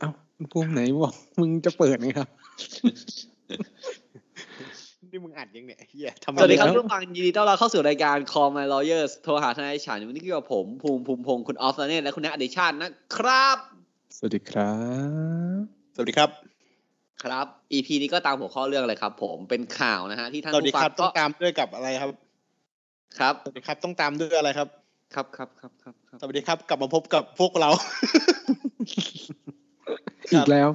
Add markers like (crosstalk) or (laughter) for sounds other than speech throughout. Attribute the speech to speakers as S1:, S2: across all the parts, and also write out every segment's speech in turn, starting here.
S1: เอ้าภูมิไหนบอก (laughs) มึงจะเปิดไงครับ นี่มึงอัดยังเนี่ยเฮียทำไม
S2: สวัสดีครับ
S1: แล้ว
S2: ทุกฟังยินดีต้อนรับเข้าสู่รายการ Call My Lawyers โทรหาทนายฉันวันนี้ก็อยู่กับผมภูมิภูมิพงศ์คุณออฟลาเน่และคุณแอดิชาตินะครับ
S1: (laughs) สวัสดีครับ
S3: สวัสดีครับ
S2: ครับ EP นี้ก็ตามหัวข้อเรื่องเลยครับผมเป็นข่าวนะฮะที่ท่าน
S3: สวัสดี
S2: ผู้ฟัง
S3: ครับต้
S2: ก็
S3: องตามด้วยกับอะไรครับ
S2: ครับ
S3: สวัสดีครับต้องตามด้วยอะไรครับ
S2: ครับครับครับครับครับ
S3: สวัสดีครับกลับมาพบกับพวกเรา
S1: อีกแล้ว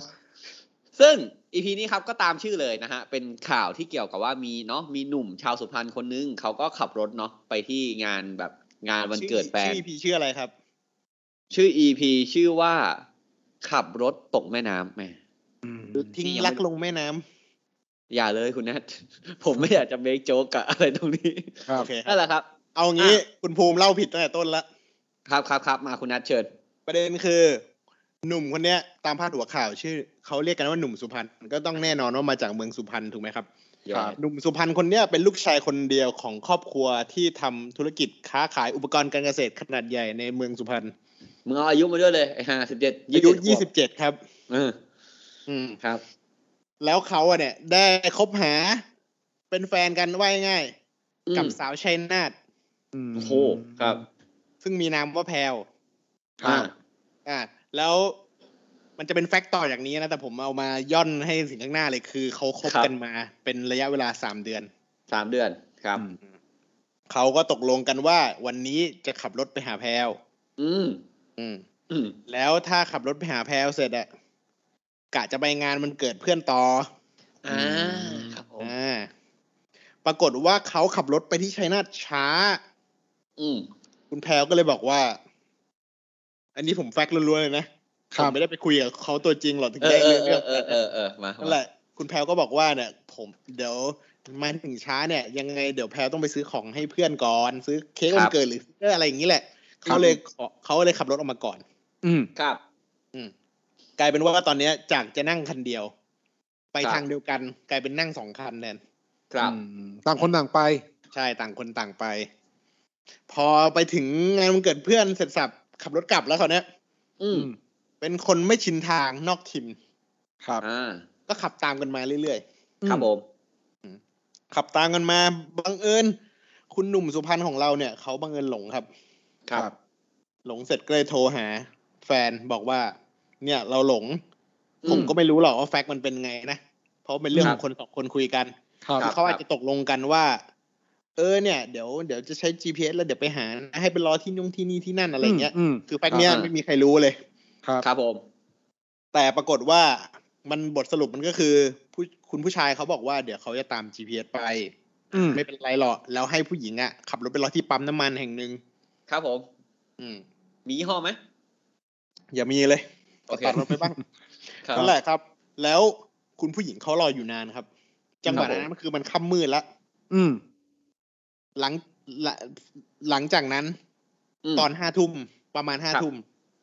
S2: ซึ่ง EP นี้ครับก็ตามชื่อเลยนะฮะเป็นข่าวที่เกี่ยวกับว่ามีเนาะมีหนุ่มชาวสุพรรณคนนึงเขาก็ขับรถเนาะไปที่งานแบบงานวันเกิดแฟน
S3: ชื่อพี่ชื่ออะไรครับ
S2: ชื่อ EP ชื่อว่าขับรถตกแม่น้ำแหม
S3: ทิ้งรักลงแม่น้ำ
S2: อย่าเลยคุณแนท (laughs) ผมไม่อยากจะเมคโจ๊กกับอะไร (laughs) ตรง
S3: (laughs)
S2: นี้
S1: ครับ
S3: โอเคครั
S2: นั่น
S3: บ
S2: แหละครับ
S3: เอางี้คุณภูมิเล่าผิดตั้งแต่ต้นละ
S2: ครับครับครับมาคุณแนทเชิญ
S3: ประเด็นคือ หนุ่มคนเนี้ยตามพาดหัวข่าวชื่อเขาเรียกกันว่าหนุ่มสุพรรณก็ต้องแน่นอนว่ามาจากเมืองสุพรรณถูกไหมครับ
S2: ครับ
S3: หนุ่มสุพรรณคนเนี้ยเป็นลูกชายคนเดียวของครอบครัวที่ทำธุรกิจค้าขายอุปกรณ์การเกษตรขนาดใหญ่ในเมืองสุพรรณ
S2: มึงเอาอายุมาด้วยเลยไอ้ห้าสิบเจ็ด
S3: อายุยี่สิบเจ็ดครับ
S2: เออ
S3: อืม
S2: ครับ
S3: แล้วเขาอะเนี่ย ได้คบหาเป็นแฟนกันว่าง่าย
S2: อืม
S3: ๆกับสาวชัยนาท
S2: โอ้โหครับ
S3: ซึ่งมีนามว่าแพรว
S2: อ่า
S3: อ่าแล้วมันจะเป็นแฟกต์ต่อจากนี้นะ แต่ผมเอามาย่อนให้สิ่งข้างหน้าเลยคือเขาคบกันมาเป็นระยะเวลาสามเดือน
S2: สามเดือนครับ
S3: เขาก็ตกลงกันว่าวันนี้จะขับรถไปหาแพรว
S2: อืม
S3: อืม
S2: อืม
S3: แล้วถ้าขับรถไปหาแพรวเสร็จอะกะจะไปงานมันเกิดเพื่อนต่อ
S2: อ่าครับผม
S3: อ่าปรากฏว่าเขาขับรถไปที่ชัยนาทช้า
S2: อืม
S3: คุณแพลวก็เลยบอกว่า อันนี้ผมแฟกซ์ล้วนๆเลยนะ
S1: ค
S3: ผ
S1: รับ
S3: มไม่ได้ไปคุยกับเขาตัวจริงหรอกถึง
S2: เออ
S3: ได้
S2: เอ
S3: เรื่
S2: อ
S3: อง
S2: เอ
S3: เรื่อ
S2: อง เออเออเออมา
S3: นั่นแหละ คุณแพลวก็บอกว่าเนี่ย ผมเดี๋ยวมาถึงช้าเนี่ย ยังไงเดี๋ยวแพลวต้องไปซื้อของให้เพื่อนก่อน ซื้อเค้กวันเกิดหรือซื้ออะไรอย่างนี้แหละ เขาเลยขอเขาเลยขับรถออกมาก่อน
S1: อืม
S2: ครับ
S3: กลายเป็นว่าตอนเนี้ยจากจะนั่งคันเดียว ไป
S2: ครับ
S3: ทางเดียวกัน กลายเป็นนั่งสองคันแทน
S2: ครับ
S1: ต่างคนต่างไป
S3: ใช่ต่างคนต่างไป พอไปถึงงานวันเกิดเพื่อนเสร็จสับขับรถกลับแล้วเขาวเนี้ย
S2: อืม
S3: เป็นคนไม่ชินทางนอกถิ่น
S1: ครับ
S2: อ่า
S3: ก็ขับตามกันมาเรื่อย
S2: ครับผม
S3: ๆ ขับตามกันมาบังเอิญคุณหนุ่มสุพรรณของเราเนี่ยเขาบังเอิญหลงครับ
S2: ครับ
S1: ครับ
S3: หลงเสร็จก็เลยโทรหา แฟนบอกว่า เนี่ยเราหลง
S2: อื
S3: ผมก็ไม่รู้หรอกว่าแฟกต์มันเป็นไงนะเพราะเป็นเรื่อง
S2: ครั
S3: ข
S2: บ
S3: องคนสองคนคุยกัน
S1: ครับ
S3: คือเขาอาจจะตกลงกันว่า เออเนี่ยเดี๋ยวเดี๋ยวจะใช้ GPS แล้วเดี๋ยวไปหานะให้ไปรอที่นุ่งที่นี่ที่นั่นอะไรเงี้ย
S1: อืมอืม
S3: คือแฟกต์เนี้ย
S2: อ่า
S3: ไม่มีใครรู้เลย
S1: ครับ
S2: ครับผม
S3: แต่ปรากฏว่ามันบทสรุปมันก็คือผู้คุณผู้ชายเขาบอกว่าเดี๋ยวเขาจะตาม GPS ไป
S1: อืม
S3: ไม่เป็นไรหรอกแล้วให้ผู้หญิงอ่ะขับรถไปรอที่ปั๊มน้ำมันแห่งหนึ่ง
S2: ครับผม
S3: อืม
S2: มียี่ห้อไหม
S3: อย่ามีเลย
S2: โอเค
S3: ตัดรถไปบ้าง
S2: ครับ
S3: นั่นแหละครับ แล้วคุณผู้หญิงเขารออยู่นานครับ จังหวะ
S2: ครับผม
S3: นั้นมันคือมันค่ำมืดละ
S1: อืม
S3: หลังหลังหลังจากนั้น
S2: ม
S3: ตอนห้าทุ่มประมาณห้า
S2: ครับ
S3: ทุ่ม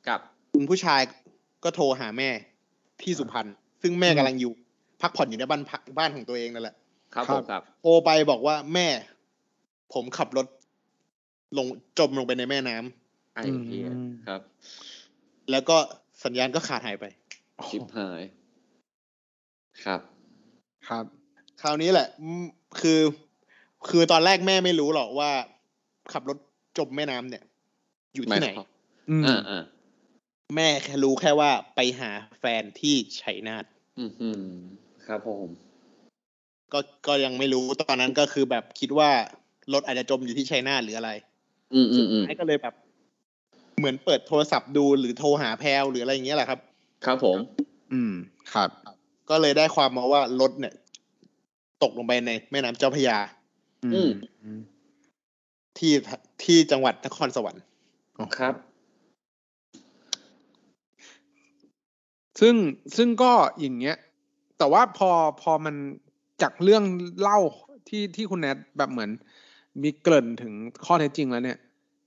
S2: ครับ
S3: คุณผู้ชายก็โทรหาแม่ที่สุพรรณซึ่งแม่
S1: อืม
S3: กำลังอยู่ พักผ่อนอยู่ในบ้านพักบ้านของตัวเองนั่นแหละ
S2: ครับผมครับ
S3: โทรไปบอกว่าแม่ ผมขับรถ ลงจมลงไปในแม่น้ำ
S2: ไอ้เหี้ย
S1: อืม
S2: ครับ
S3: แล้วก็สัญญาณก็ขาดหายไป
S2: ชิบหาย ครับ
S1: ครับ
S3: คราวนี้แหละอืมคือ คือตอนแรกแม่ไม่รู้หรอกว่า ขับรถจมแม่น้ำเนี่ย อยู่ที่ไห
S2: ห
S3: น
S2: มายความ
S1: อืม
S2: อ่าอ่า
S3: แม่แค่รู้แค่ว่าไปหาแฟนที่ชัยนาท
S2: อือหือครับผม
S3: ก็ก็ยังไม่รู้ตอนนั้นก็คือแบบคิดว่ารถอาจจะจมอยู่ที่ชัยนาทหรืออะไร
S2: อืมอืมอืม
S3: ไอ้ก็เลยแบบ เหมือนเปิดโทรศัพท์ดูหรือโทรหาแพลวหรืออะไรอย่างเงี้ยแหละครับ
S2: ครับผม
S1: อืม ครับ
S3: ก็เลยได้ความมาว่ารถเนี่ย ตกลงไปในแม่น้ำเจ้าพระยา
S2: อืม
S3: ที่ที่จังหวัดนครสวรรค์
S2: ครับ
S1: ซึ่งซึ่งก็อย่างเงี้ย แต่ว่าพอพอมันจากเรื่องเล่าที่ที่คุณแนทแบบเหมือน มีเกริ่นถึงข้อเท็จจริงแล้วเนี่ย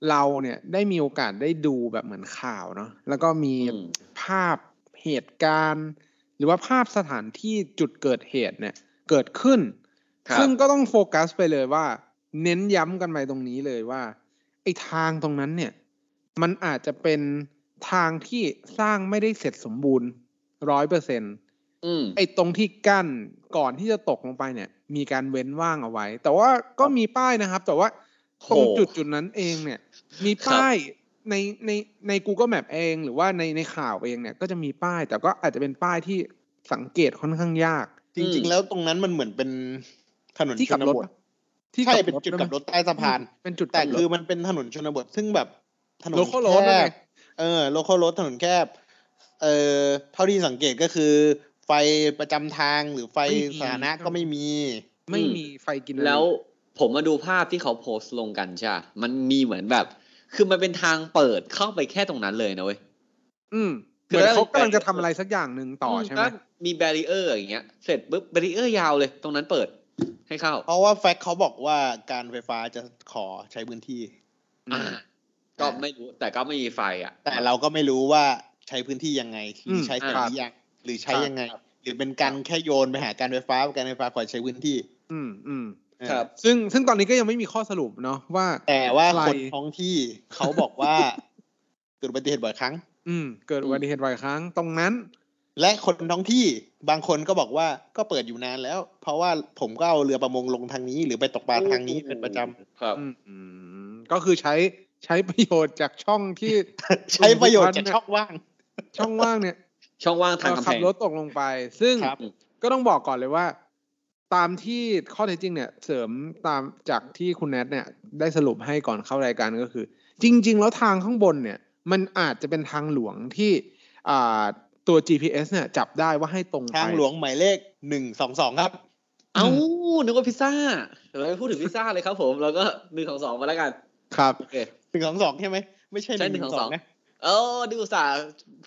S1: เราเนี่ยได้มีโอกาสได้ดูแบบเหมือนข่าวเนาะแล้วก็มี
S2: อืม
S1: ภาพเหตุการณ์ หรือว่าภาพสถานที่จุดเกิดเหตุเนี่ยเกิดขึ้น
S2: ครับ
S1: ซึ่งก็ต้องโฟกัสไปเลยว่า เน้นย้ำกันไปตรงนี้เลยว่าไอ้ทางตรงนั้นเนี่ย มันอาจจะเป็นทางที่สร้างไม่ได้เสร็จสมบูรณ์ร้อยเปอร์เซ็น
S2: อืม
S1: ไอ้ตรงที่กั้นก่อนที่จะตกลงไปเนี่ย มีการเว้นว่างเอาไว้ แต่ว่าก็มีป้ายนะครับ แต่ว่าตรงจุดจุดนั้นเองเนี่ย มีป้ายในในใน Google Map เองหรือว่าในในข่าวเองเนี่ย ก็จะมีป้าย แต่ก็อาจจะเป็นป้ายที่สังเกตค่อนข้างยาก
S3: จริง
S2: อืม
S3: ๆ แล้วตรงนั้นมันเหมือนเป็นถนน
S1: ที่
S3: ช
S1: กลับ
S3: น
S1: รถ
S3: บท
S1: ปะที่
S3: ใช่
S1: ลับ
S3: เป็นจุด
S1: วย
S3: กลับ
S1: มั้ย
S3: รถใต้สะพาน
S1: เป็นจุด
S3: แต่
S1: กลับรถ
S3: คือมันเป็นถนนชนบทซึ่งแบบถนน
S1: โลโก้รถ
S3: แค
S1: นั่นไง
S3: บเออโลโครถถนนแคบเออเท่าที่สังเกตก็คือ ไฟประจำทางหรือไฟสาธารณะก็ไม่มี
S1: ไม่มีไฟกิน
S2: แล้วผมมาดูภาพที่เขาโพสต์ลงกันใช่ปะมันมีเหมือนแบบ คือมันเป็นทางเปิดเข้าไปแค่ตรงนั้นเลยนะเว้ย
S1: อืมเห
S2: คื
S1: มื
S2: อ
S1: อน
S2: แล้ว
S1: เขากำลังจะทำอะไรสักอย่างหนึ่งต่อใช่ไหม
S2: แล้วมีแบรีเออร์อย่างเงี้ย เสร็จปุ๊บแบรีเออร์ยาวเลย ตรงนั้นเปิดให้เข้า
S3: เพราะว่าแฟกต์เขาบอกว่าการไฟฟ้าจะขอใช้พื้นที่
S2: อ่า ก็ไม่รู้ แต่ก็ไม่มีไฟอ่ะ
S3: แต่เราก็ไม่รู้ว่าใช้พื้นที่ยังไงหรือใช้
S2: อืม
S3: เสรียังหรือใช้ยังไง หรือเป็นการแค่โยนไปหาการไฟฟ้าการไฟฟ้าขอใช้พื้นที่
S1: อืมอืม
S3: เออ
S1: ซึ่งซึ่งตอนนี้ก็ยังไม่มีข้อสรุปเนาะว่า
S3: แต่ว่า
S1: อะไร
S3: คนท้องที่เขาบอกว่า เกิดอุบัติเหตุบ่อยครั้ง
S1: อืม เกิดอุบัติเหตุบ่อยครั้งตรงนั้น
S3: และคนท้องที่บางคนก็บอกว่าก็เปิดอยู่นานแล้ว เพราะว่าผมก็เอาเรือประมงลงทางนี้ หรือไปตกปลาทางนี้เป็นประจำ
S2: ครับ
S1: อืมอืมก็คือใช้ใช้ประโยชน์จากช่องที่
S3: ใช้ประโยชน์จากช่องว่าง
S1: (laughs) ช่องว่างเนี่ย
S2: ช่องว่างทางกำ
S1: ขั
S2: แพ
S1: บ
S2: ง
S1: รถตกลงไป ซึ่ง
S3: ครับ
S1: ก็ต้องบอกก่อนเลยว่า ตามที่ข้อเท็จจริงเนี่ย เสริมตามจากที่คุณแนทเนี่ย ได้สรุปให้ก่อนเข้ารายการก็คือ จริง ๆ แล้วทางข้างบนเนี่ย มันอาจจะเป็นทางหลวงที่อ่าตัว GPS เนี่ย จับได้ว่าให้ตรงไป
S3: ทางหลวงหมายเลขหนึ่งสองสองครับ
S2: เอ้า นึกว่าพิซซ่าเดี๋ยวเราไปพูดถึงพิซซ่าเลยครับผม แล้วก็หนึ่งของสองมาแล้วกัน
S1: ครับ
S2: โอเค
S3: หนึ่งสองสองใช่ไหม ไม่ใช่
S2: ใช่
S3: หนึ่งสอง
S2: 122
S3: นะ
S2: เออดูอุตสาห์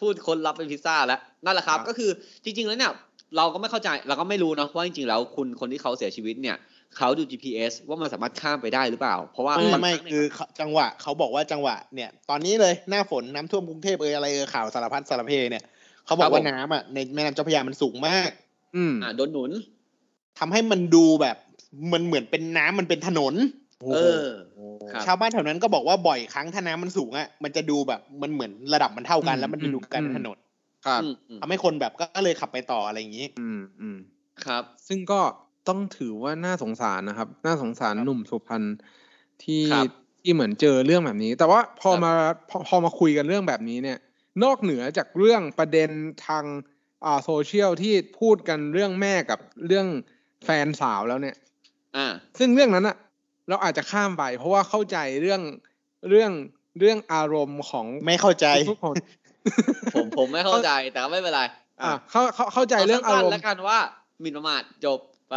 S2: พูดคนรับเป็นพิซซ่าแล้ว นั่นแหละครับ
S1: ครับ
S2: ก็คือจริง ๆ แล้วเนี่ย เราก็ไม่เข้าใจเราก็ไม่รู้เนาะว่าจริง ๆ แล้วคุณคนที่เขาเสียชีวิตเนี่ย เขาดู GPS ว่ามันสามารถข้ามไปได้หรือเปล่า เพราะว่า
S3: ไม่
S2: บาง
S3: ไม่
S2: รั้งเนี่ย
S3: คือเขาจังหวะเขาบอกว่าจังหวะเนี่ย ตอนนี้เลยหน้าฝนน้ำท่วมกรุงเทพเอยอะไรเอยข่าวสารพัดสารเพเนี่ยเขาบอกว่าน้ำอ่ะในแม่น้ำเจ้าพระยามันสูงมาก
S1: อืม
S2: อ่ะโดนหนุน
S3: ทำให้มันดูแบบมันเหมือนเป็นน้ำมันเป็นถนน
S2: เออ ครับ
S3: ชาวบ้านแถวนั้นก็บอกว่าบ่อยครั้งถ้าน้ำมันสูงอ่ะมันจะดูแบบมันเหมือนระดับมันเท่ากัน แล้วมันจะดูกันถนน
S1: ครับ
S2: อืมอืม
S3: ทำให้คนแบบก็เลยขับไปต่ออะไรอย่างนี้
S1: อืมอืม
S2: ครับ
S1: ซึ่งก็ต้องถือว่าน่าสงสารนะครับ น่าสงสารหนุ่มสุพรรณที่
S2: ครับ
S1: ที่เหมือนเจอเรื่องแบบนี้ แต่ว่าพอ
S2: ครับ
S1: มาพอพอมาคุยกันเรื่องแบบนี้เนี่ย นอกเหนือจากเรื่องประเด็นทางอ่าโซเชียลที่พูดกันเรื่องแม่กับเรื่องแฟนสาวแล้วเนี่ย
S2: อ่า
S1: ซึ่งเรื่องนั้นอะเราอาจจะข้ามไป เพราะว่าเข้าใจเรื่องเรื่องเรื่องอารมณ์ของ
S3: ไม่เข้าใจ
S1: ทุกๆคน
S2: ผมผมไม่เข้าใจแต่ก็ไม่เป็นไร
S1: (laughs) อ่ะเข้าเข้าเข้าใจเรื่องอา
S2: สั้นๆ
S1: รม
S2: แล้ว
S1: ณ์
S2: กันว่าหมินประมาทจบไป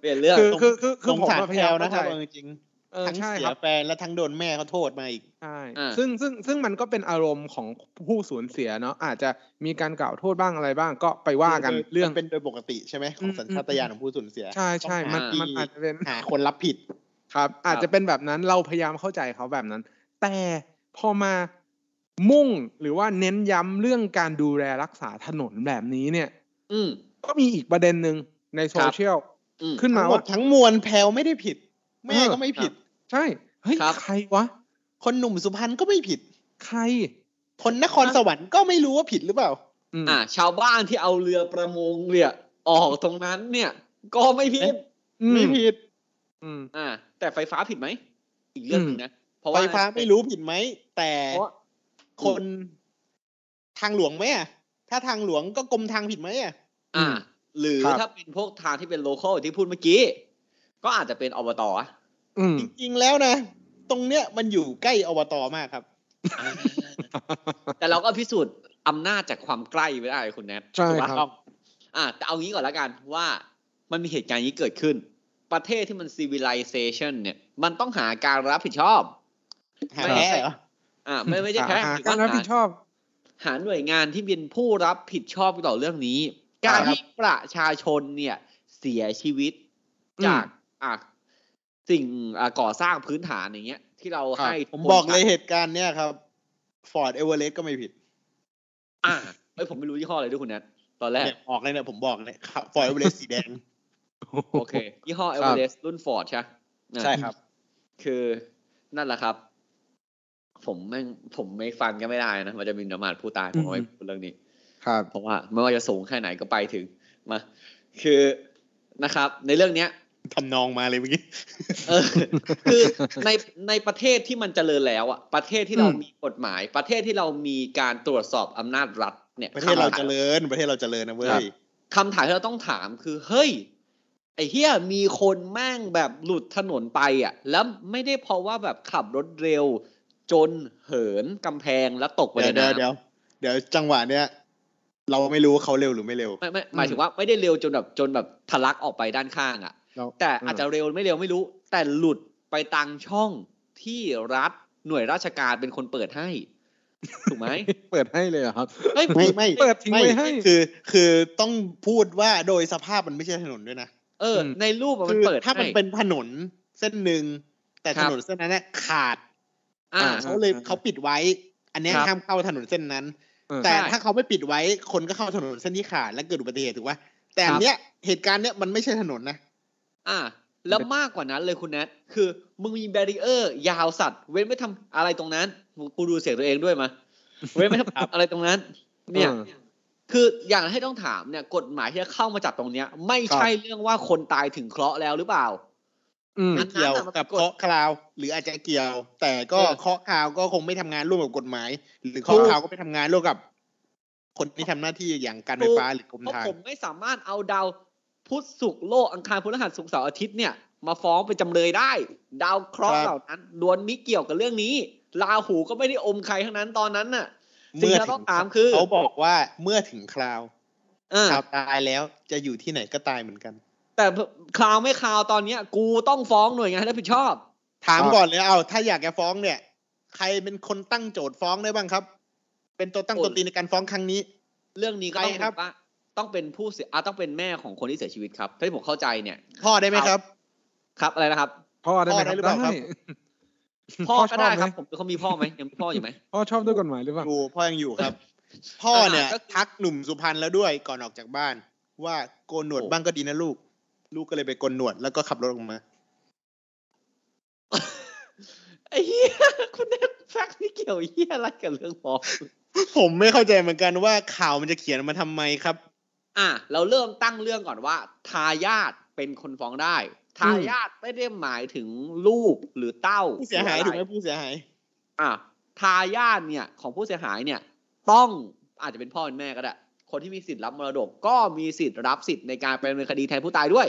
S2: เปลี่ยนเรื่อง
S1: (laughs) คือคือคือคือ
S3: สง
S1: ผม
S3: สาร
S1: อะพ
S3: แพ
S1: ยายา
S3: ล
S1: ม
S3: ว
S1: เข้าใจ
S3: นะครับเอาจริง
S1: เอ
S3: ๆ
S1: อ
S3: ทั้ง
S1: ใช่ค
S3: เสีย
S1: รับ
S3: แฟนและทั้งโดนแม่เขาโทษมาอีก
S1: ใช่
S2: อ่า
S1: ซึ่งซึ่งซึ่งมันก็เป็นอารมณ์ของผู้สูญเสียเนาะอาจจะมีการกล่าวโทษบ้างอะไรบ้างก็ไปว่ากัน
S3: โดย
S1: เรื่อง
S3: มันเป็นโดยปกติใช่ไหมของ
S1: อืม
S3: สัญชาตญาณของผู้สูญเสีย
S1: ใช่ใช่
S3: ต้องหา
S1: มัน
S3: ที่
S1: มันอาจจะเป็น
S3: หาคนรับผิด
S1: ครับ อาจจะเป็นแบบนั้นเราพยายามเข้าใจเขาแบบนั้น แต่พอมามุ่งหรือว่าเน้นย้ำเรื่องการดูแลรักษาถนนแบบนี้เนี่ย
S2: อืม
S1: ก็มีอีกประเด็นหนึ่งในโซเชียล
S2: อืม
S1: ขึ้นมา
S3: ทั้งหมด
S1: ว่า
S3: ทั้งมวลแพลวไม่ได้ผิด แม่
S1: เออ
S3: ก็ไม่ผิด
S1: ใช่เฮ้ย
S2: ครับ
S1: ใครวะ
S3: คนหนุ่มสุพรรณก็ไม่ผิด
S1: ใคร
S3: คนนครสวรรค์ก็ไม่รู้ว่าผิดหรือเปล่า
S1: อืม
S2: อ่า ชาวบ้านที่เอาเรือประมงเนี่ยออกตรงนั้นเนี่ย ก็ไม่ผิด
S1: อื
S3: ไม่
S1: ม
S3: ผิด
S1: อืม
S2: อ่า แต่ไฟฟ้าผิดไหม อีกเรื่องหนึงนะ เพราะ
S3: ไฟ
S2: ว่า
S3: ฟ้าไม่รู้ผิดไหม แต่
S2: เพราะว่า
S3: คนทางหลวงไหมอ่ะ ถ้าทางหลวงก็กรมทางผิดไหมอ่ะ
S2: อ่า หรือ
S1: ครับ
S2: ถ้าเป็นพวกทางที่เป็นโลคอลที่พูดเมื่อกี้ ก็อาจจะเป็นอบตอ่ะ
S1: อืม
S3: จริงๆแล้วนะ ตรงเนี้ยมันอยู่ใกล้อบตมากครับ
S2: แต่เราก็พิสูจน์อำนาจจากความใกล้ไม่ได้คุณแนท
S1: ใช่ครับ
S2: ถูกปะอ่า แต่เอางี้ก่อนละกันว่ามันมีเหตุการณ์อย่างนี้เกิดขึ้น ประเทศที่มัน civilization เนี่ย มันต้องหาการรับผิดชอบ
S3: หา
S2: ไม่
S3: แพ้
S2: ใช่
S3: เหรอ
S2: อ่า ไม่ไม่ใช่แพ้
S1: หา
S2: ถือ
S1: การ
S2: ว่า
S1: รับผิดชอบ
S2: หาหน่วยงานที่เป็นผู้รับผิดชอบต่อเรื่องนี้ การที่ประชาชนเนี่ยเสียชีวิตจากอ่ะสิ่งอ่ะก่อสร้างพื้นฐานอย่างเงี้ย ที่เรา
S1: ครับ
S2: ให้
S3: ผมบอกเลยเหตุการณ์เนี่ยครับฟอร์ดเอเวอเรสต์ก็ไม่ผิด
S2: อ่ะเอ้ยผมไม่รู้ยี่ห้ออะไรด้วยคุณแนทตอนแรก
S3: เนี่ยออกเลยเนี่ยผมบอกเลยฟอร์ดเอเวอเรสต์สีแดง
S2: โอเค ยี่ห้อเอเวอเรสต์รุ่นฟอร์ดใช่
S3: ใช่ครับ
S2: คือนั่นแหละครับ ผมแม่งผมไม่ฟันก็ไม่ได้นะมันจะมีนมาดผู้ตายผมเอาไม่พูดเรื่องนี้
S1: ครับ
S2: เพราะว่าไม่ว่าจะสูงแค่ไหนก็ไปถึงมาคือนะครับ ในเรื่องเนี้ย
S3: ทำนองมาเลยเมื่อกี้
S2: เออ คือในในประเทศที่มันเจริญแล้วอะประเทศที่เรา
S1: อืม
S2: มีกฎหมาย ประเทศที่เรามีการตรวจสอบอำนาจรัฐ เนี่ย
S3: ประเทศเรา
S2: คำถม
S3: เจริญ ประเทศเราเจริญนะเว้ย
S2: คำถามที่เราต้องถามคือ เฮ้ย ไอ้เฮียมีคนแม่งแบบหลุดถนนไปอะแล้วไม่ได้เพราะว่าแบบขับรถเร็ว จนเหินกำแพงแล้วตกไปใน
S3: เดี๋ยวเดี๋ยว
S2: น้ำ
S3: เดี๋ยวเดี๋ยวจังหวะเนี้ยเราไม่รู้ว่าเขาเร็วหรือไม่เร็ว
S2: ไม่ไม่หมายถึงว่าไม่ได้เร็วจนแบบจนแบบทะลักออกไปด้านข้างอะ่ะ
S1: เรา
S2: แต่อาจจะเร็วไม่เร็วไม่รู้ แต่หลุดไปตางช่องที่รัฐหน่วยราชการเป็นคนเปิดให้ ถู
S3: (laughs)
S2: กไหม
S1: เปิดให้เลยเหรอครับ
S2: เฮ้ย
S3: ไม่ไม่
S1: เปิดทิ้ง
S3: ไม่
S1: ไว้ให้
S3: คือคือต้องพูดว่าโดยสภาพมันไม่ใช่ถนนด้วยนะ
S2: เออ ในรูปอะมั
S3: คื
S2: น
S3: อ
S2: เปิด
S3: ถ้ามัน
S2: ให้
S3: เป็นถนนเส้นหนึ่งแต่
S2: ครั
S3: ถ
S2: บ
S3: นนเส้นนั้นเนี่ยขาด
S2: อ่า
S3: เขาเลยเขาปิดไว้ อันเนี้ย
S2: ครับ
S3: ห้ามเข้าถนนเส้นนั้น
S1: เออ
S3: แต่
S2: ใช่
S3: ถ้าเขาไม่ปิดไว้คนก็เข้าถนนเส้นที่ขาดและเกิดอุบัติเหตุถูกป่ะแต่อันเนี้ยเหตุการณ์เนี้ยมันไม่ใช่ถนนนะ
S2: อ่า แล้วมากกว่านั้นเลยคุณแนทคือ มึงมีแบรีเออร์ยาวสัตว์ เว้นไม่ทำอะไรตรงนั้นกูดูเสียงตัวเองด้วยมา
S3: (laughs)
S2: เว้นไม่ทำอะไรตรงนั้น เนี่ย
S1: เออ
S2: คืออย่างให้ต้องถามเนี่ย กฎหมายที่จะเข้ามาจับตรงเนี้ย ไม่ใช่เรื่องว่าคนตายถึงเคราะห์แล้วหรือเปล่า
S1: อืม
S2: อั
S3: ไม่
S2: นนั้
S3: เกี่ย
S2: น
S3: ว
S2: น่ะมัน
S3: กับ
S2: กฎ
S3: เคาะคราว หรืออาจจะเกี่ยว แต่ก็
S2: เออ
S3: เคาะคราวก็คงไม่ทำงานร่วมกับกฎหมาย หรือเคาะคราวก็ไปทำงานร่วมกับ คนที่ทำหน้าที่อย่างการไฟฟ้าหรือกรม
S2: เพราะ
S3: ทาง
S2: ผมไม่สามารถเอาดาวพุธศุกร์โลกอังคารพฤหัสศุกร์เสาร์อาทิตย์เนี่ย มาฟ้องเป็นจำเลยได้ ดาวเคราะห์
S3: ครับ
S2: เหล่านั้นล้วนมิเกี่ยวกับเรื่องนี้ราหูก็ไม่ได้อมใครทั้งนั้นตอนนั้นน่ะ สิ่งที่เราต้องถามคือ
S3: เขาบอกว่าเมื่อถึงคราว
S2: เออ
S3: คราวตายแล้วจะอยู่ที่ไหนก็ตายเหมือนกัน
S2: แต่คราวไม่คราวตอนเนี้ย กูต้องฟ้องหน่วยงานให้รับผิดชอบ
S3: ถาม
S1: ครับ
S3: ก่อนเลยเอาถ้าอยากจะฟ้องเนี่ย ใครเป็นคนตั้งโจทย์ฟ้องได้บ้างครับ เป็นตัวตั้ง
S2: โอ้
S3: ตัวตีในการฟ้องครั้งนี้
S2: เรื่องนี้ก็ต้อง
S3: ใครครับ
S2: เป็นว่าต้องเป็นผู้เสียอ่ะต้องเป็นแม่ของคนที่เสียชีวิตครับถ้าที่ผมเข้าใจเนี่ย
S3: พ่อได้ไหมครับ
S2: ครับอะไรนะครับ
S1: พ่อได้ไหมครั
S3: พ่อได้
S1: บ
S3: หรือเปล่าครับ
S2: พ่อ
S1: ช
S2: ก็
S1: บ
S2: ได้
S1: หม
S2: ครับ ผมเขามีพ่อไหมยังมีพ่อ
S3: (laughs)
S2: อยู่ไหม
S1: พ่อชอบด้วยกฎหมายหรือเปล่า
S3: อยู่พ่อยังอยู่ครับ พ่อเนี่ย
S2: อ่าก็คือ
S3: ทักหนุ่มสุพรรณแล้วด้วยก่อนออกจากบ้าน ว่าโกนหนวด
S2: โอ้
S3: บ้างก็ดีนะลูก ลูกก็เลยไปโกนหนวดแล้วก็ขับรถออกมา
S2: ไอ้เหี้ยคุณแนทแฟกนี่เกี่ยวเหี้ยอะไรกับเรื่อง
S3: (laughs)
S2: พ่อ (laughs)
S3: ผมไม่เข้าใจเหมือนกันว่าข่าวมันจะเขียนมาทำไมครับ
S2: อ่ะเราเริ่มตั้งเรื่องก่อนว่า ทายาทเป็นคนฟ้องได้ ทายาทไม่ได้หมายถึงลูกหรือเต้า
S3: ผู้เสียหาย
S2: รือ
S3: ถูก
S2: อะ
S3: ไหม
S2: ร
S3: ผู้เสียหาย
S2: อ่ะทายาทเนี่ยของผู้เสียหายเนี่ย ต้องอาจจะเป็นพ่อเป็นแม่ก็ได้ คนที่มีสิทธิ์รับมรดก ก็มีสิทธิ์รับสิทธิ์ในการเป็นคดีแทนผู้ตายด้วย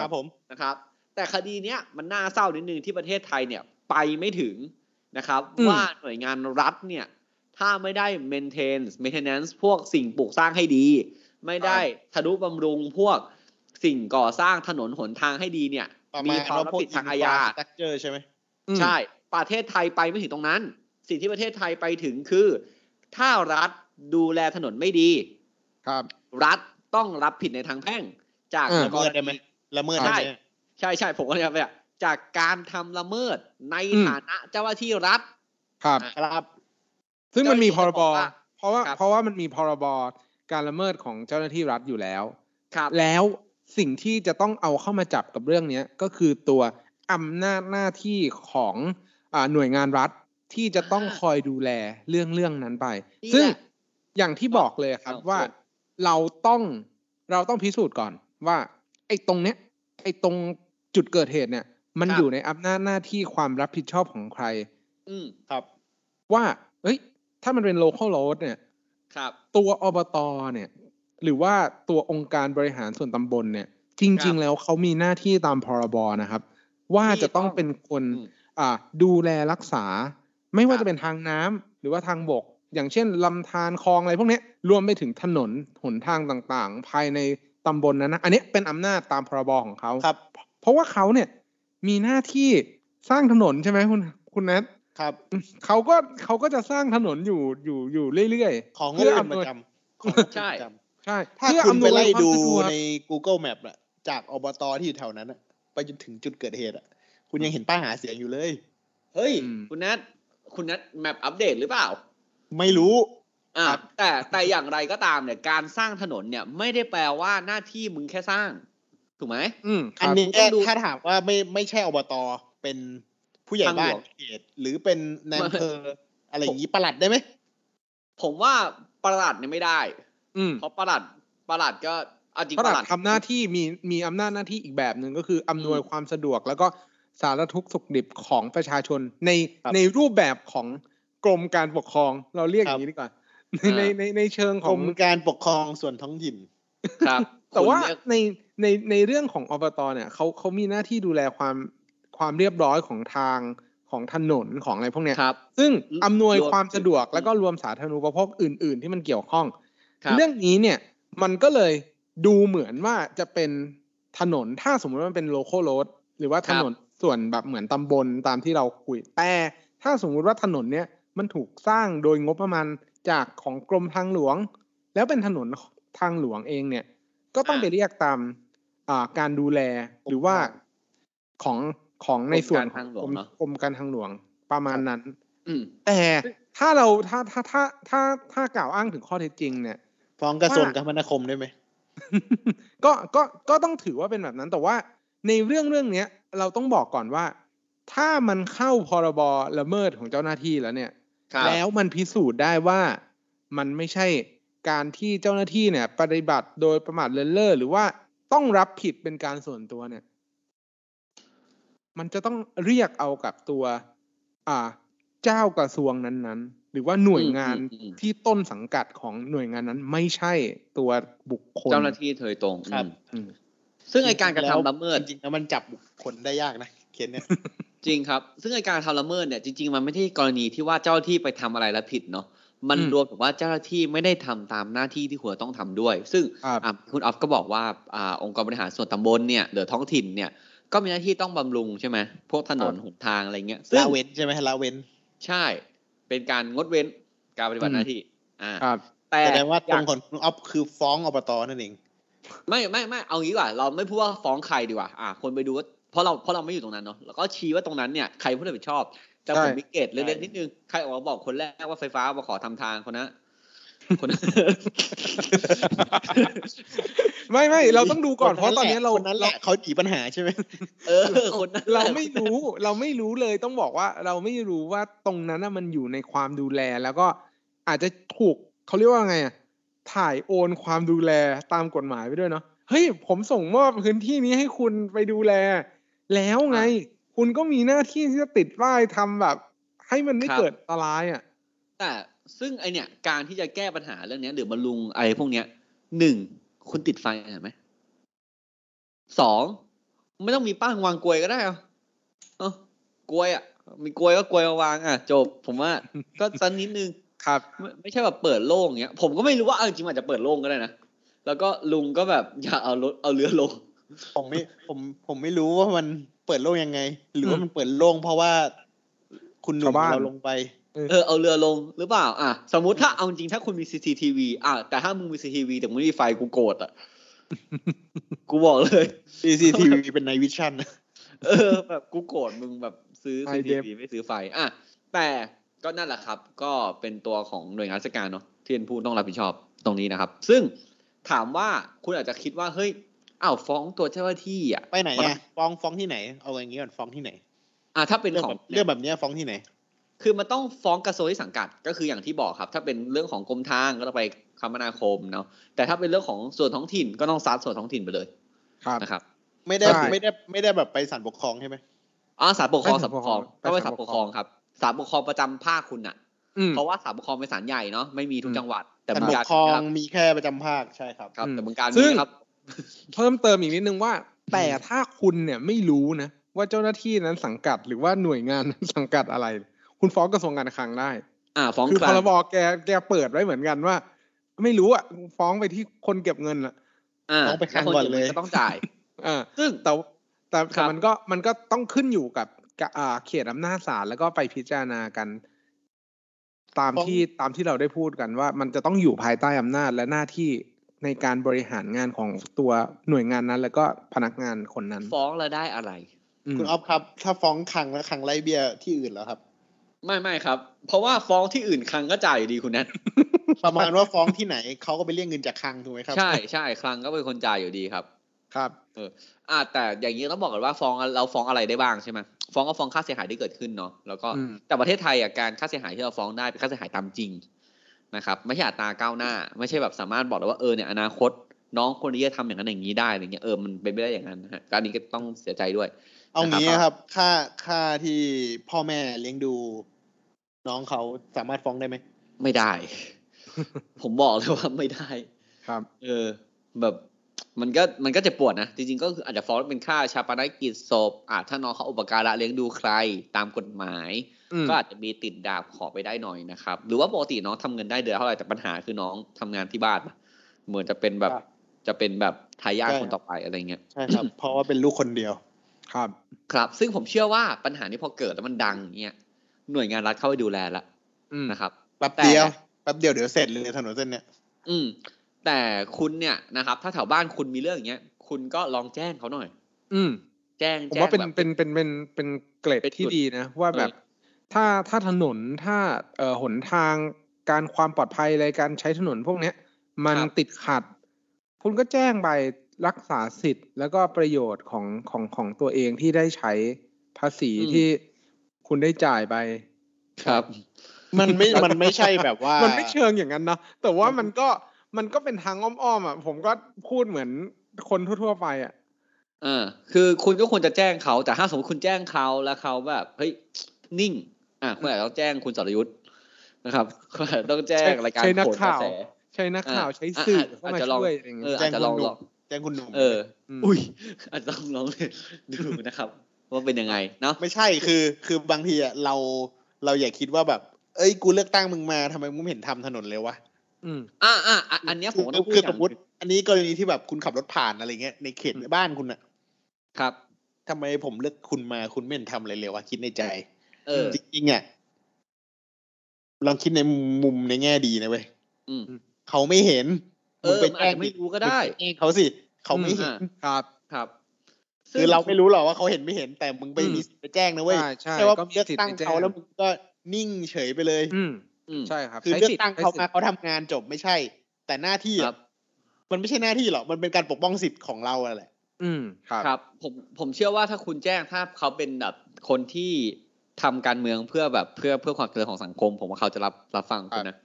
S3: ครับผม
S2: นะครับ แต่คดีเนี้ยมันน่าเศร้านิดนึงที่ประเทศไทยเนี่ยไปไม่ถึงนะครับ
S1: อืม
S2: ว่าหน่วยงานรัฐเนี่ย ถ้าไม่ได้ maintain maintenance พวกสิ่งปลูกสร้างให้ดี ไม่ได้ทะนุบำรุงพวกสิ่งก่อสร้างถนนหนทางให้ดีเนี่ย
S3: ประมาณ
S2: ความรับผิดทางอาญา
S3: ตักเจอใช่ไหม
S1: อืม
S2: ใช่ ประเทศไทยไปไม่ถึงตรงนั้น สิ่งที่ประเทศไทยไปถึงคือ ถ้ารัฐดูแลถนนไม่ดี
S1: ครับ
S2: รัฐต้องรับผิดในทางแพ่ง จาก
S1: เออ
S3: ละ
S2: ก
S3: เมิ
S2: ร
S3: ดได้ไหม
S2: ณี
S3: ละเมิด
S2: ใช่
S3: ได้ไหม
S2: ใช่ใช่ผมก็เลยแบบเนี่ยจากการทำละเมิดใน
S1: อืม
S2: ฐานะเจ้าหน้าที่รัฐ
S1: ครับ
S3: ครับ
S1: ซึ่งมันมีพ
S2: เจ้าห
S1: ร
S2: น้าที่บ
S1: บ
S2: อกว่า
S1: เพราะว่า
S2: ครับ
S1: เพราะว่ามันมีพรบการละเมิดของเจ้าหน้าที่รัฐอยู่แล้ว
S2: ครับ
S1: แล้วสิ่งที่จะต้องเอาเข้ามาจับกับเรื่องเนี้ยก็คือตัวอำนาจหน้าที่ของอาหน่วยงานรัฐที่จะต้อง
S2: อ่า
S1: คอยดูแลเรื่องเรื่องนั้นไป
S2: นี่
S1: ซึ่ง
S2: แหละ
S1: อย่างที่บอกเลยครับ
S2: เอา
S1: ว่า
S2: พูด
S1: เราต้องเราต้องพิสูจน์ก่อนว่าไอ้ตรงเนี้ยไอ้ตรงจุดเกิดเหตุเนี่ย มันอยู่ในอำนาจหน้าที่ความรับผิดชอบของใคร
S2: อืม
S3: ครับ
S1: ว่าเอ้ย ถ้ามันเป็น local road เนี่ย
S2: ครับ
S1: ตัวอบตเนี่ย หรือว่าตัวองค์การบริหารส่วนตำบลเนี่ย จริง ๆ แล้วเขามีหน้าที่ตามพรบนะครับ ว่าจะต้องเป็นคน
S2: อืม
S1: อ่าดูแลรักษา ไม่ว่า
S2: ครับ
S1: จะเป็นทางน้ำหรือว่าทางบก อย่างเช่นลำธารคลองอะไรพวกเนี้ยรวมไปถึงถนนหนทางต่างๆ ภายในตำบลนั้นนะอันเนี้ยเป็นอำนาจตามพรบของเขา
S3: ครับ
S1: เพราะว่าเขาเนี่ยมีหน้าที่สร้างถนนใช่ไหมคุณคุณแนท
S3: ครับ
S1: เขาก็เขาก็จะสร้างถนนอยู่อยู่อยู่เรื่อย
S3: ของ
S1: เพื่
S3: ก็
S1: ออำน
S3: เป็น
S1: วย
S3: ประจำของก็เป็น
S2: ใช่
S3: ประจ
S1: ๆ ใช่
S3: ำถ้า
S1: เพื่อ
S3: คุณ
S1: อำน
S3: ไป
S1: วย
S3: ไล่
S1: ความ
S3: ดู
S1: สะดวก
S3: ใน Google Map อะจากอบตที่อยู่แถวนั้นอะไปจนถึงจุดเกิดเหตุอะคุณยังเห็นป้ายหาเสียงอยู่เลย
S2: เฮ้ย
S1: อืม
S2: คุณนัทคุณนัทแมปอัปเดตหรือเปล่า
S3: ไม่รู้
S2: อ่า
S3: ครับ
S2: แต่แต่อย่างไรก็ตามเนี่ยการสร้างถนนเนี่ยไม่ได้แปลว่าหน้าที่มึงแค่สร้าง ถูกไหม
S1: อืมค
S3: อัน
S1: รับ
S3: นี้
S2: ต้องดู
S3: ถ้าถามว่าไม่ไม่ใช่อบตเป็นผู้ใหญ่
S2: ทางหลวง
S3: บ้านเขตหรือเป็นนายอำเภออะไรอย่างนี้ประหลัดได้ไหม
S2: ผมว่าประหลัดเนี่ยไม่ได้
S1: อืม
S2: เพราะประหลัดประหลัดก็เอาจริง
S1: พระ
S2: ประหลั
S1: ราช
S2: ด
S1: ทำหน้าที่มีมีอำนาจหน้าที่อีกแบบหนึ่งก็คืออำนวยความสะดวก แล้วก็สารทุกข์สุขดิบของประชาชนในในรูปแบบของกรมการปกครองเราเรียกอย่างนี้ดีกว่าในในในในเชิงข
S3: กร
S1: อง
S3: มการปกครองส่วนท้องถิ่น
S2: ครับ
S1: แต่ว่า
S2: คุณเรียก
S1: ในในในเรื่องของอบตเนี่ยเขาเขามีหน้าที่ดูแลความความเรียบร้อยของทางของถนนของอะไรพวกเนี้ย
S2: ครับ
S1: ซึ่ง
S2: รวม
S1: อำนวยความสะดวก
S2: อืม
S1: แล้วก็รวมสาธารณูปโภคอื่น ๆ ที่มันเกี่ยวข้อง
S2: ครับ
S1: เรื่องนี้เนี่ยมันก็เลยดูเหมือนว่าจะเป็นถนนถ้าสมมติว่ามันเป็นโลโคโรดหรือว่าถนนส่วนแบบเหมือนตำบลตามที่เราคุยแต่ถ้าสมมุติว่าถนนเนี่ยมันถูกสร้างโดยงบประมาณจากของกรมทางหลวง แล้วเป็นถนนทางหลวงเองเนี่ย ก็ต้อง
S2: อ่า
S1: ไปเรียกตามอ่าการดูแลหรือว่าของของในส่วน
S2: กรมการทางหลวง
S1: กรม
S2: เนอะ
S1: กรมการทางหลวงประมาณนั้น
S2: อืม
S1: แต่ถ้าเราถ้าถ้าถ้าถ้าถ้ากล่าวอ้างถึงข้อเท็จจริงเนี่ย
S3: ฟ้องกระทรวง
S1: ว่า
S3: คมนาคมได้ไหม
S1: ก็ก็ก็ต้องถือว่าเป็นแบบนั้นแต่ว่าในเรื่องเรื่องเนี้ยเราต้องบอกก่อนว่า ถ้ามันเข้าพรบละเมิดของเจ้าหน้าที่แล้วเนี่ย
S2: ครับ
S1: แล้วมันพิสูจน์ได้ว่ามันไม่ใช่การที่เจ้าหน้าที่เนี่ย ปฏิบัติโดยประมาทเลินเล่อหรือว่าต้องรับผิดเป็นการส่วนตัวเนี่ย มันจะต้องเรียกเอากับตัว อ่า เจ้ากระทรวงนั้นๆ หรือว่าหน่วยงาน
S2: อืมอืมอืม
S1: ที่ต้นสังกัดของหน่วยงานนั้น ไม่ใช่ตัวบุคคล
S2: เจ้าหน้าที่โดยตรง
S3: ครับ
S2: อืม
S1: อืม
S2: ซึ่งไอการกระ
S3: จงๆแว
S2: ทำละเมิด
S3: จริงๆแล้วมันจับบุคคลได้ยากนะเคสเนี่ย
S2: จริงครับ ซึ่งไอการทำละเมิดเนี่ยจริงๆ มันไม่ใช่กรณีที่ว่าเจ้าหน้าที่ไปทำอะไรแล้วผิดเนาะ มัน
S1: อืม
S2: รวมถึงว่าเจ้าหน้าที่ไม่ได้ทำตามหน้าที่ที่หัวต้องทำด้วย ซึ่ง
S1: ครับ
S2: อ่ะคุณออฟก็บอกว่าอ่าองค์กรบริหารส่วนตำบลเนี่ยหรือท้องถิ่นเนี่ย ก็มีหน้าที่ต้องบำรุงใช่ไหมพวกถนนหนทางอะไรเงี้ยซึ่ง
S3: ลาเว้นใช่ไหมลาเว้น
S2: ใช่ เป็นการงดเว้นการปฏิบัติหน้าที่ อ่า
S1: ครับ
S2: แต่
S3: แสดงว่าต
S2: อ
S3: ร
S2: ยาก
S3: งของคุณอ๊อฟคือฟ้องอบตนั่นเอง
S2: ไม่ไม่ไม่เอางี้ดีกว่า เราไม่พูดว่าฟ้องใครดีกว่าอ่า คนไปดูว่าเพราะเราเพราะเราไม่อยู่ตรงนั้นเนาะแล้วก็ชี้ว่าตรงนั้นเนี่ยใครผู้รับผิดชอบ แต่ผม
S1: ใช่
S2: มีเกตเล็กๆนิดนึง ใครออกมาบอกคนแรกว่าไฟฟ้ามาขอทำทางคนนะคน
S1: (laughs)
S2: นั้น
S1: ไม่ไม่เราต้องดูก่อนเพราะตอนเนี้ยเรา
S3: คนนั้นแหละเขาหนีปัญหาใช่ไหม
S2: เออคนนั้น
S1: เราไม่รู้ (laughs) เราไม่รู้เลยต้องบอกว่า เราไม่รู้ว่าตรงนั้นน่ะมันอยู่ในความดูแลแล้วก็อาจจะถูกเขาเรียกว่าไงอ่ะถ่ายโอนความดูแลตามกฎหมายไปด้วยเนาะเฮ้ยผมส่งมอบพื้นที่นี้ให้คุณไปดูแล แล้วไง คุณก็มีหน้าที่ที่จะติดป้ายทำแบบ ให้มันไม่เกิดอันตรายอ่ะ
S2: แต่ซึ่งไอเนี่ยการที่จะแก้ปัญหาเรื่องเนี้ยหรือบรรลุงไอพวกเนี้ยหนึ่งคุณติดไฟเห็นไหมสองไม่ต้องมีป้างวางกลวยก็ได้เหรอะเออกลวยอ่ะ มีกลวยก็กลวยมาวางอ่ะจบ ผมว่า ก็สักนิดนึง
S1: ครับ
S2: ไม่ไม่ใช่แบบเปิดโล่งอย่างเงี้ย ผมก็ไม่รู้ว่าเอาจริงๆมันอาจจะเปิดโล่งก็ได้นะ แล้วก็ลุงก็แบบอย่าเอารถเอาเรือลง
S3: ผมไม่ผมผมไม่รู้ว่ามันเปิดโล่งยังไง หรือว่า
S1: อืม
S3: มันเปิดโล่งเพราะว่า คุณหนุ่ม
S1: ชาวบ้าน
S3: เราลงไป
S2: เออเอาเรือลงหรือเปล่า อ่ะสมมติถ้าเอาจริงๆถ้าคุณมี CCTV อ่ะแต่ถ้ามึงมี CCTV แต่มึงไม่มีไฟกูโกรธอ่ะ กูบอกเลย
S3: CCTV (laughs) เป็นในวิชั่น
S2: เออแบบกูโกรธมึงแบบซื้อ
S1: ไฟเดฟ
S2: CCTV ไม่ซื้อไฟ อ่ะแต่ก็นั่นแหละครับ ก็เป็นตัวของหน่วยงานราชการเนาะที่เป็นผู้ต้องรับผิดชอบตรงนี้นะครับ ซึ่งถามว่าคุณอาจจะคิดว่าเฮ้ยอ้าวฟ้องตัวเจ้าหน้าที่อ่ะ
S3: ไปไหนอ่ะฟ้องฟ้องที่ไหน เอาอย่างนี้ก่อนฟ้องที่ไหน
S2: อ่ะถ้าเป็น
S3: เรื่อง
S2: ของ
S3: แบบเรื่องแบบเนี้ยฟ้องที่ไหน
S2: คือมันต้องฟ้องกระทรวงที่สังกัดก็คืออย่างที่บอกครับ ถ้าเป็นเรื่องของกรมทางก็ต้องไปคมนาคมเนาะแต่ถ้าเป็นเรื่องของส่วนท้องถิ่นก็ต้องซัดส่วนท้องถิ่นไปเลย
S1: ครับ
S2: นะครับ
S3: ไม่ได้
S1: ใช่
S3: ไม่ได้ไม่ได้แบบไปศาลปกครองใช่ไหม
S2: อ่าศาลปกครอง
S1: ไป
S2: ศา
S1: ศา
S2: ล
S1: ล
S2: ป
S1: ป
S2: ก
S1: ก
S2: คร
S1: คร
S2: อ
S1: อง ง
S2: ก็ไป
S1: ไป
S2: ศา
S1: ศา
S2: ล
S1: ล
S2: ป
S1: ป
S2: กค
S1: กค
S2: ร
S1: ร
S2: อ
S1: อง ง
S2: ครับศาลปกครองประจำภาคคุณน่ะ
S1: อืม
S2: เพราะว่าศาลปกครองเป็นศาลใหญ่เนาะไม่มีทุกจังหวัด แต่
S3: ศาล
S2: เมืองกา
S3: ปก
S2: ร
S3: ครอ
S2: นะค
S3: ง
S2: รับ
S3: มีแค่ประจำภาคใช่ครับ
S2: ครับ แต่เมืองการ
S1: ซึ่
S2: มี
S1: ง
S2: ครับ
S1: เพิ่มเติมอีกนิดนึงว่า แต่ถ้าคุณเนี่ยไม่รู้นะว่าเจ้าหน้าที่นั้นสังกัดหรือว่าหน่วยงานนั้นสังกัดอะไร คุณฟ้องกระทรวงการคลังได้
S2: อ่าฟ้อง
S1: คือ
S2: ศา
S1: พ
S2: ล
S1: รบแกแกเปิดไว้เหมือนกันว่า ไม่รู้อ่ะฟ้องไปที่คนเก็บเงินอ่ะ
S2: อ่า
S3: ฟ้องไปครั้ง
S2: แว
S3: ก่อนเลย
S2: ก็ต้องจ่าย
S1: อ่า
S2: ซึ่ง
S1: แต่แต่
S2: ครั
S1: แต่
S2: บ
S1: มันก็มันก็ต้องขึ้นอยู่กับ กะอ่าเขตอำนาจศาลแล้วก็ไปพิจารณากัน ตาม
S3: ของ
S1: ที่ตามที่เราได้พูดกันว่า มันจะต้องอยู่ภายใต้อำนาจและหน้าที่ในการบริหารงานของตัวหน่วยงานนั้น แล้วก็พนักงานคนนั้น
S2: ฟ้องแล้วได้อะไร
S1: ม
S3: คุณออฟครับ ถ้าฟ้องคังแล้วคังไล่เบี้ยที่อื่นแล้วครับ
S2: ไม่ไม่ครับ เพราะว่าฟ้องที่อื่นคลังก็จ่ายอยู่ดีคุณแนท
S3: ประมาณว่าฟ้องที่ไหนเขาก็ไปเรียกเงินจากคังถูกไหมครับ
S2: ใช่ใช่คลังก็เป็นคนจ่ายอยู่ดีครับ
S3: ครับ
S2: อ่าแต่อย่างนี้ต้องบอกก่อนว่าฟ้องเราฟ้องอะไรได้บ้างใช่ไหมฟ้องก็ฟ้องค่าเสียหายที่เกิดขึ้นเนาะแล้วก็
S1: อืม
S2: แต่ประเทศไทยอ่ะการค่าเสียหายที่เราฟ้องได้เป็นค่าเสียหายตามจริงนะครับไม่ใช่อัตราก้าวหน้า ไม่ใช่แบบสามารถบอกได้ว่าเออเนี่ยอนาคต น้องคนนี้จะทำอย่างนั้นอย่างนี้ได้อะไรเงี้ยเออมันเป็นไม่ได้อย่างนั้นนะฮะการนี้ก็ต้องเสียใจด้วย
S3: เอางี้
S2: นะครับ
S3: ครับ ค่าค่าที่พ่อแม่เลี้ยงดู น้องเขาสามารถฟ้องได้ไหม
S2: ไม่ได้ (laughs) ผมบอกเลยว่าไม่ได้
S1: ครับ
S2: เออ แบบมันก็มันก็เจะปวดนะ จริงๆก็คืออาจจะฟ้องเป็นค่าชาปนกิจศพอ่ะถ้าน้องเขาอุปการะเลี้ยงดูใครตามกฎหมาย
S1: อืม
S2: ก็อาจจะมีติดดาบขอไปได้หน่อยนะครับ หรือว่าปกติน้องทำเงินได้เดือนละเท่าไหร่แต่ปัญหาคือน้องทำงานที่บ้านปะเหมือนจะเป็นแบบ
S3: ครับ
S2: จะเป็นแบบทายาท
S3: ใช่
S2: คนต่อไปอะไรเงี้ย
S3: ใช่ครับ (coughs) เพราะว่าเป็นลูกคนเดียว
S1: ครับ
S2: ครับ ซึ่งผมเชื่อว่าปัญหานี้พอเกิดแล้วมันดังอย่างเงี้ยหน่วยงานรัฐเข้าไปดูแลละ
S1: อืม
S2: นะครับ
S3: แป๊บเดียว
S2: แต่
S3: แป๊บเดียวเดี๋ยวเสร็จเลยถนนเส้นเนี้ย
S2: อืม แต่คุณเนี่ยนะครับ ถ้าแถวบ้านคุณมีเรื่องอย่างเงี้ยคุณก็ลองแจ้งเขาหน่อย
S1: อืม
S2: แจ้ง
S1: ผม
S2: แจ้ง
S1: ว่าเป็น
S2: แบบ
S1: เป็นเป็นเป็นเป็นเกรด
S2: เป็นจุด
S1: ที่ดีนะ ว่าแบบถ้าถ้าถนนถ้าเอ่อหนทางการความปลอดภัยอะไรการใช้ถนนพวกเนี้ย มัน
S2: ครับ
S1: ติดขัด คุณก็แจ้งไปรักษาสิทธิ์ แล้วก็ประโยชน์ของของของตัวเองที่ได้ใช้ภาษีที่คุณได้จ่ายไป
S2: ครับ
S3: มัน
S2: (coughs)
S3: ไม่มันไม่ใช่แบบว่า (coughs)
S1: มันไม่เชิงอย่างนั้นนะแต่ว่ามันก็มันก็เป็นทางอ้อมๆอ่ะ ผมก็พูดเหมือนคนทั่วๆไปอ่ะ
S2: เออคือคุณก็ควรจะแจ้งเขาแต่ถ้าสมมติคุณแจ้งเขาแล้วเขาแบบเฮ้ยนิ่ง อ่ะคุณอาจจะต้องแจ้งคุณสรยุทธ์นะครับคุณอาจจะต้องแจ้งรายการ
S1: ใช้นัก
S2: โขนกระ
S1: ข่าว
S2: แส
S1: ใช้นักข่าว
S2: อ่ะ
S1: ใช้สื่อเข้า
S2: อาจ
S1: มา
S2: จะลอง
S1: ช่วยอะไรอย่างเงี้
S2: เออย อาจจะลอง
S3: แจ้งคุณห
S2: ล
S3: นุ่ม
S2: อง
S3: แจ้งคุณหนุ่ม
S2: เออ
S1: ม
S2: อุ้ยอาจจะต้องลองดูนะครับ ว่าเป็นยังไงเนาะ
S3: ไม่ใช่คือคือบางทีอะเราเราอย่าคิดว่าแบบ เอ้ยกูเลือกตั้งมึงมาทำไมมึงไม่เห็นทำถนนเลยวะ
S1: อืม
S2: อ่ะอ่ะอ่ะอันเนี้ยผมก็ต้องพูด
S3: คือ
S2: อ
S3: ส
S2: ย่าง
S3: ม
S2: ห
S3: มติ
S2: นึ่ง
S3: อันนี้กรณีที่แบบคุณขับรถผ่านอะไรเงี้ยในเขตบ้านคุณอะ
S2: ครับ
S3: ทำไมผมเลือกคุณมาคุณไม่เห็นทำอะไรเลยวะคิดในใจ
S2: เออ
S3: จริงๆอ่ะลองคิดในมุมในแง่ดีนะเว้ย
S2: อืม
S3: เขาไม่เห็น
S2: เออมันอาจจะไม่รู้ก็ได้
S3: มึงปแจ้งเขาสิเขาไม่เห็น
S2: อ่ะ
S1: ครับ
S2: ครับ
S3: คือเราไม่รู้หรอกว่าเขาเห็นไม่เห็นแต่มึงไป
S1: อืม
S3: มีสิทธิ์ไปแจ้งนะเว้ย
S1: ใช่ใช่
S3: แค่ว่า
S1: ก็มี
S3: เลือก
S1: สิทธิ์
S3: ตั้ง
S1: ไปแจ้ง
S3: เขาแล้วมึงก็นิ่งเฉยไปเลย
S1: อืม
S2: อืม
S1: ใช่ครับ
S3: คือ
S1: ใช้
S3: เลือ
S1: สิ
S3: กตั้งเขา
S1: ใช้สิ
S3: มา
S1: ทธิ์
S3: เขาทำงานจบไม่ใช่ แต่หน้าที่
S2: ครั
S3: อะ
S2: บ
S3: มันไม่ใช่หน้าที่หรอกมันเป็นการปกป้องสิทธิ์ของเราอะแหละ
S1: อืมครับ
S2: ครับผมผมเชื่อว่าถ้าคุณแจ้งถ้าเขาเป็นแบบคนที่ทำการเมืองเพื่อแบบเพื่อเพื่อความเจริญของสังคม ผมว่าเขาจะรับรับฟังคุณนะ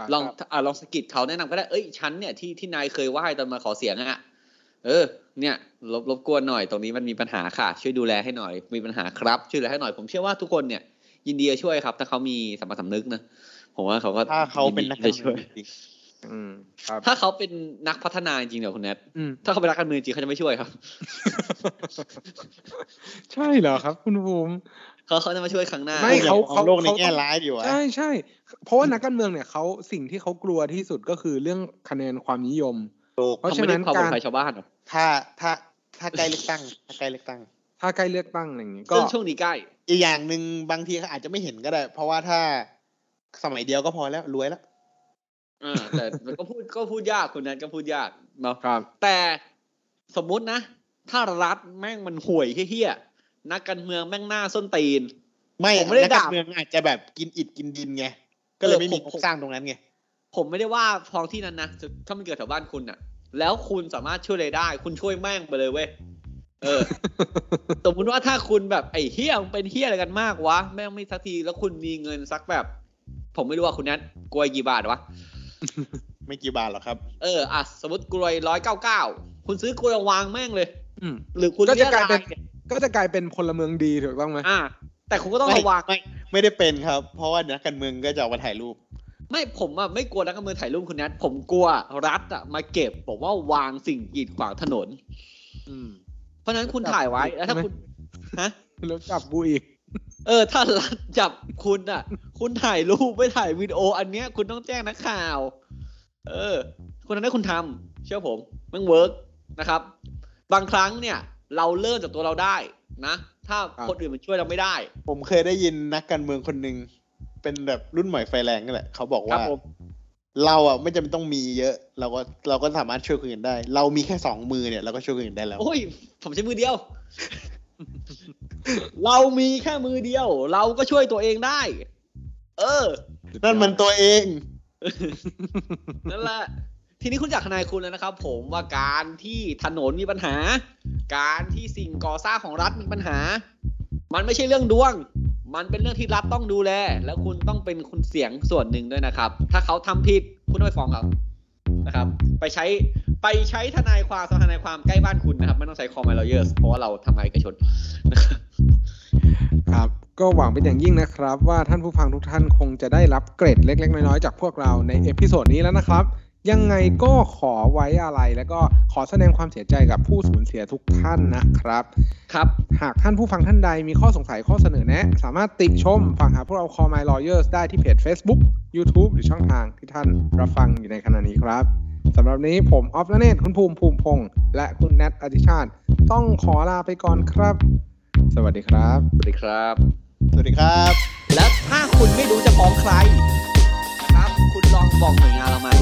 S1: รับ
S2: ลองอ่ะลองสะกิดเขาแนะนำก็ได้เอ้ยฉันเนี่ยที่ที่นายเคยไหว้ตอนมาขอเสียงอะเออ เนี่ยรบรบกวนหน่อยตรงนี้มันมีปัญหาค่ะ ช่วยดูแลให้หน่อย มีปัญหาครับ ช่วยดูแลให้หน่อยผมเชื่อว่าทุกคนเนี่ย ยินดีจะช่วยครับถ้าเขามีสัมมาสำนึกนะผมว่าเขาก็
S3: ถ้าเขาเป็นนัก
S2: ยิดีจะช่วย
S3: จริง
S1: อืมครับ
S2: ถ้าเขาเป็นนักพัฒนาจริงๆเดี๋ยวคุณแนท
S1: อืม
S2: ถ้าเขาเป็นนักการเมืองจริงเขาจะไม่ช่วยครับ
S1: ใช่เหรอครับ คุณภูมิ
S2: เขาเขาจะมาช่วยครั้งหน้า
S1: ไม่
S3: ๆ
S1: เขา
S3: อย่มองโลกใน
S1: เขา
S3: แง่ร้ายดีวะ
S1: ใช่ใช่เพราะว่านักการเมืองเนี่ยเขาสิ่งที่เขากลัวที่สุดก็คือเรื่องคะแนนความนิยม
S3: ถูก
S1: เพราะ
S2: ทำ
S1: ฉะ
S2: ไม่ได้
S1: นั้น
S2: ความปลอด
S1: การ
S2: ภัยชาวบ้านเหรอ
S3: ถ้าถ้าถ้าใกล้เลือกตั้งถ้าใกล้เลือกตั้ง
S1: ถ้าใกล้เลือกตั้งอะไรอย่างเงี้ยก็
S2: ซึ่งช่วงนี้ใกล้
S3: อีกอย่างหนึ่งบางทีเขาอาจจะไม่เห็นก็ได้ เพราะว่าถ้าสมัยเดียวก็พอแล้วรวยแล้ว
S1: (laughs)
S2: อ่า แต่มันก็พูดก็พูดยากคนนั้นก็พูดยากเนาะ
S1: ครับ
S2: แต่สมมุตินะ ถ้ารัฐแม่งมันห่วยเฮี้ยๆนักการเมืองแม่งหน้าส้นตีน
S3: ไม่
S2: ผมไม่ได้
S3: นักกา
S2: ด่า
S3: รเมืองอาจจะแบบกินอิดกินดินไง ก็เลยไม่มีโครงสร้างตรงนั้นไง
S2: ผมไม่ได้ว่าท้องที่นั้นนะถ้ามันเกิดแถวบ้านคุณน่ะ แล้วคุณสามารถช่วยอะไรได้ คุณช่วยแม่งไปเลยเว้ย เออ สมมุติว่าถ้าคุณแบบไอ้เฮี้ยมงเป็นเฮี้ยอะไรกันมากวะ แม่งไม่สักทีแล้วคุณมีเงินสักแบบ ผมไม่รู้ว่าคุณนัทกลัวกี่บาทวะ
S3: ไม่กี่บาทหรอกครับ
S2: เอออ่ะสมมติกลวยร้อยเก้าเก้าคุณซื้อกลวยวางแม่งเลย
S1: อืม
S2: หรือคุณ
S1: ก็จะ
S2: เรีย
S1: กลาย
S2: กา
S1: เป็
S2: ย
S1: น ก็จะกลายเป็นพลเมืองดีถูกต้องไหม
S2: อ่า แต่คุณก็ต้อง
S3: ไม่
S2: ระวัง
S3: ไม่ไม่ได้เป็นครับ เพราะว่านักการเมืองก็จะเอามาถ่ายรูป
S2: ไม่ผมอ่ะไม่กลัวนักการเมืองถ่ายรูปคุณแนทผมกลัวรัฐอ่ะมาเก็บบอกว่าวางสิ่งกีดขวางถนน
S1: อืม
S2: เพราะฉะนั้นคุณถ่ายไว้แล้วถ้าคุณฮะ
S1: แล้วจับกูอีก
S2: เออ ถ้ารัฐจับคุณอ่ะ คุณถ่ายรูปไม่ถ่ายวิดีโอ อันเนี้ยคุณต้องแจ้งนักข่าว เออคนนั้นให้คุณทำเชื่อผมมันเวิร์กนะครับ บางครั้งเนี่ย เราเริ่มจากตัวเราได้นะ ถ้า
S1: ครับ
S2: คนอื่นมันช่วยเราไม่ได้
S3: ผมเคยได้ยินนักการเมืองคนหนึ่งเป็นแบบรุ่นใหม่ไฟแรงนี่แหละ เขาบอก
S2: ครั
S3: ว่า
S2: บผม
S3: เราอ่ะไม่จำเป็นต้องมีเยอะ เราก็เราก็สามารถช่วยคนอื่นได้ เรามีแค่สองมือเนี่ยเราก็ช่วยคนอื่นได้แล้ว
S2: โอ้ย ผมใช้มือเดียว (laughs) เรามีแค่มือเดียว เราก็ช่วยตัวเองได้ เออ
S3: นั่นมันตัวเอง
S2: นั่นแหละ ทีนี้คุณจากทนายคุณแล้วนะครับ ผมว่าการที่ถนนมีปัญหา การที่สิ่งก่อสร้างของรัฐมีปัญหา มันไม่ใช่เรื่องดวง มันเป็นเรื่องที่รัฐต้องดูแล แล้วคุณต้องเป็นคุณเสียงส่วนหนึ่งด้วยนะครับ ถ้าเขาทำผิดคุณต้องไปฟ้องเขานะครับ ไปใช้ไปใช้ทนายความสำนักทนายความใกล้บ้านคุณนะครับ ไม่ต้องใช้คอมไมลเยอร์เพราะว่าเราทำงานเอกชนนะครับ
S1: ครับ ก็หวังเป็นอย่างยิ่งนะครับ ว่าท่านผู้ฟังทุกท่านคงจะได้รับเกร็ดเล็ก ๆ น้อย ๆ จากพวกเราในเอพิโซดนี้แล้วนะครับ ยังไงก็ขอไว้อะไร แล้วก็ขอแสดงความเสียใจกับผู้สูญเสียทุกท่านนะครับ
S2: ครับ
S1: หากท่านผู้ฟังท่านใดมีข้อสงสัยข้อเสนอแนะ สามารถติชมฟังหาพวกเรา Call My Lawyers ได้ที่เพจ Facebook YouTube หรือช่องทางที่ท่านรับฟังอยู่ในขณะนี้ครับสำหรับวันนี้ผมออฟนเนตคุณภูมิภูมิพงษ์และคุณแนทอธิชาติ ต้องขอลาไปก่อนครับ สวัสดีครับ
S2: สวัสดีครับ
S3: สวัสดีครับ
S2: แล้วถ้าคุณไม่รู้จะฟ้องใครนะครับ คุณลองบอกหน่วยงานเรามา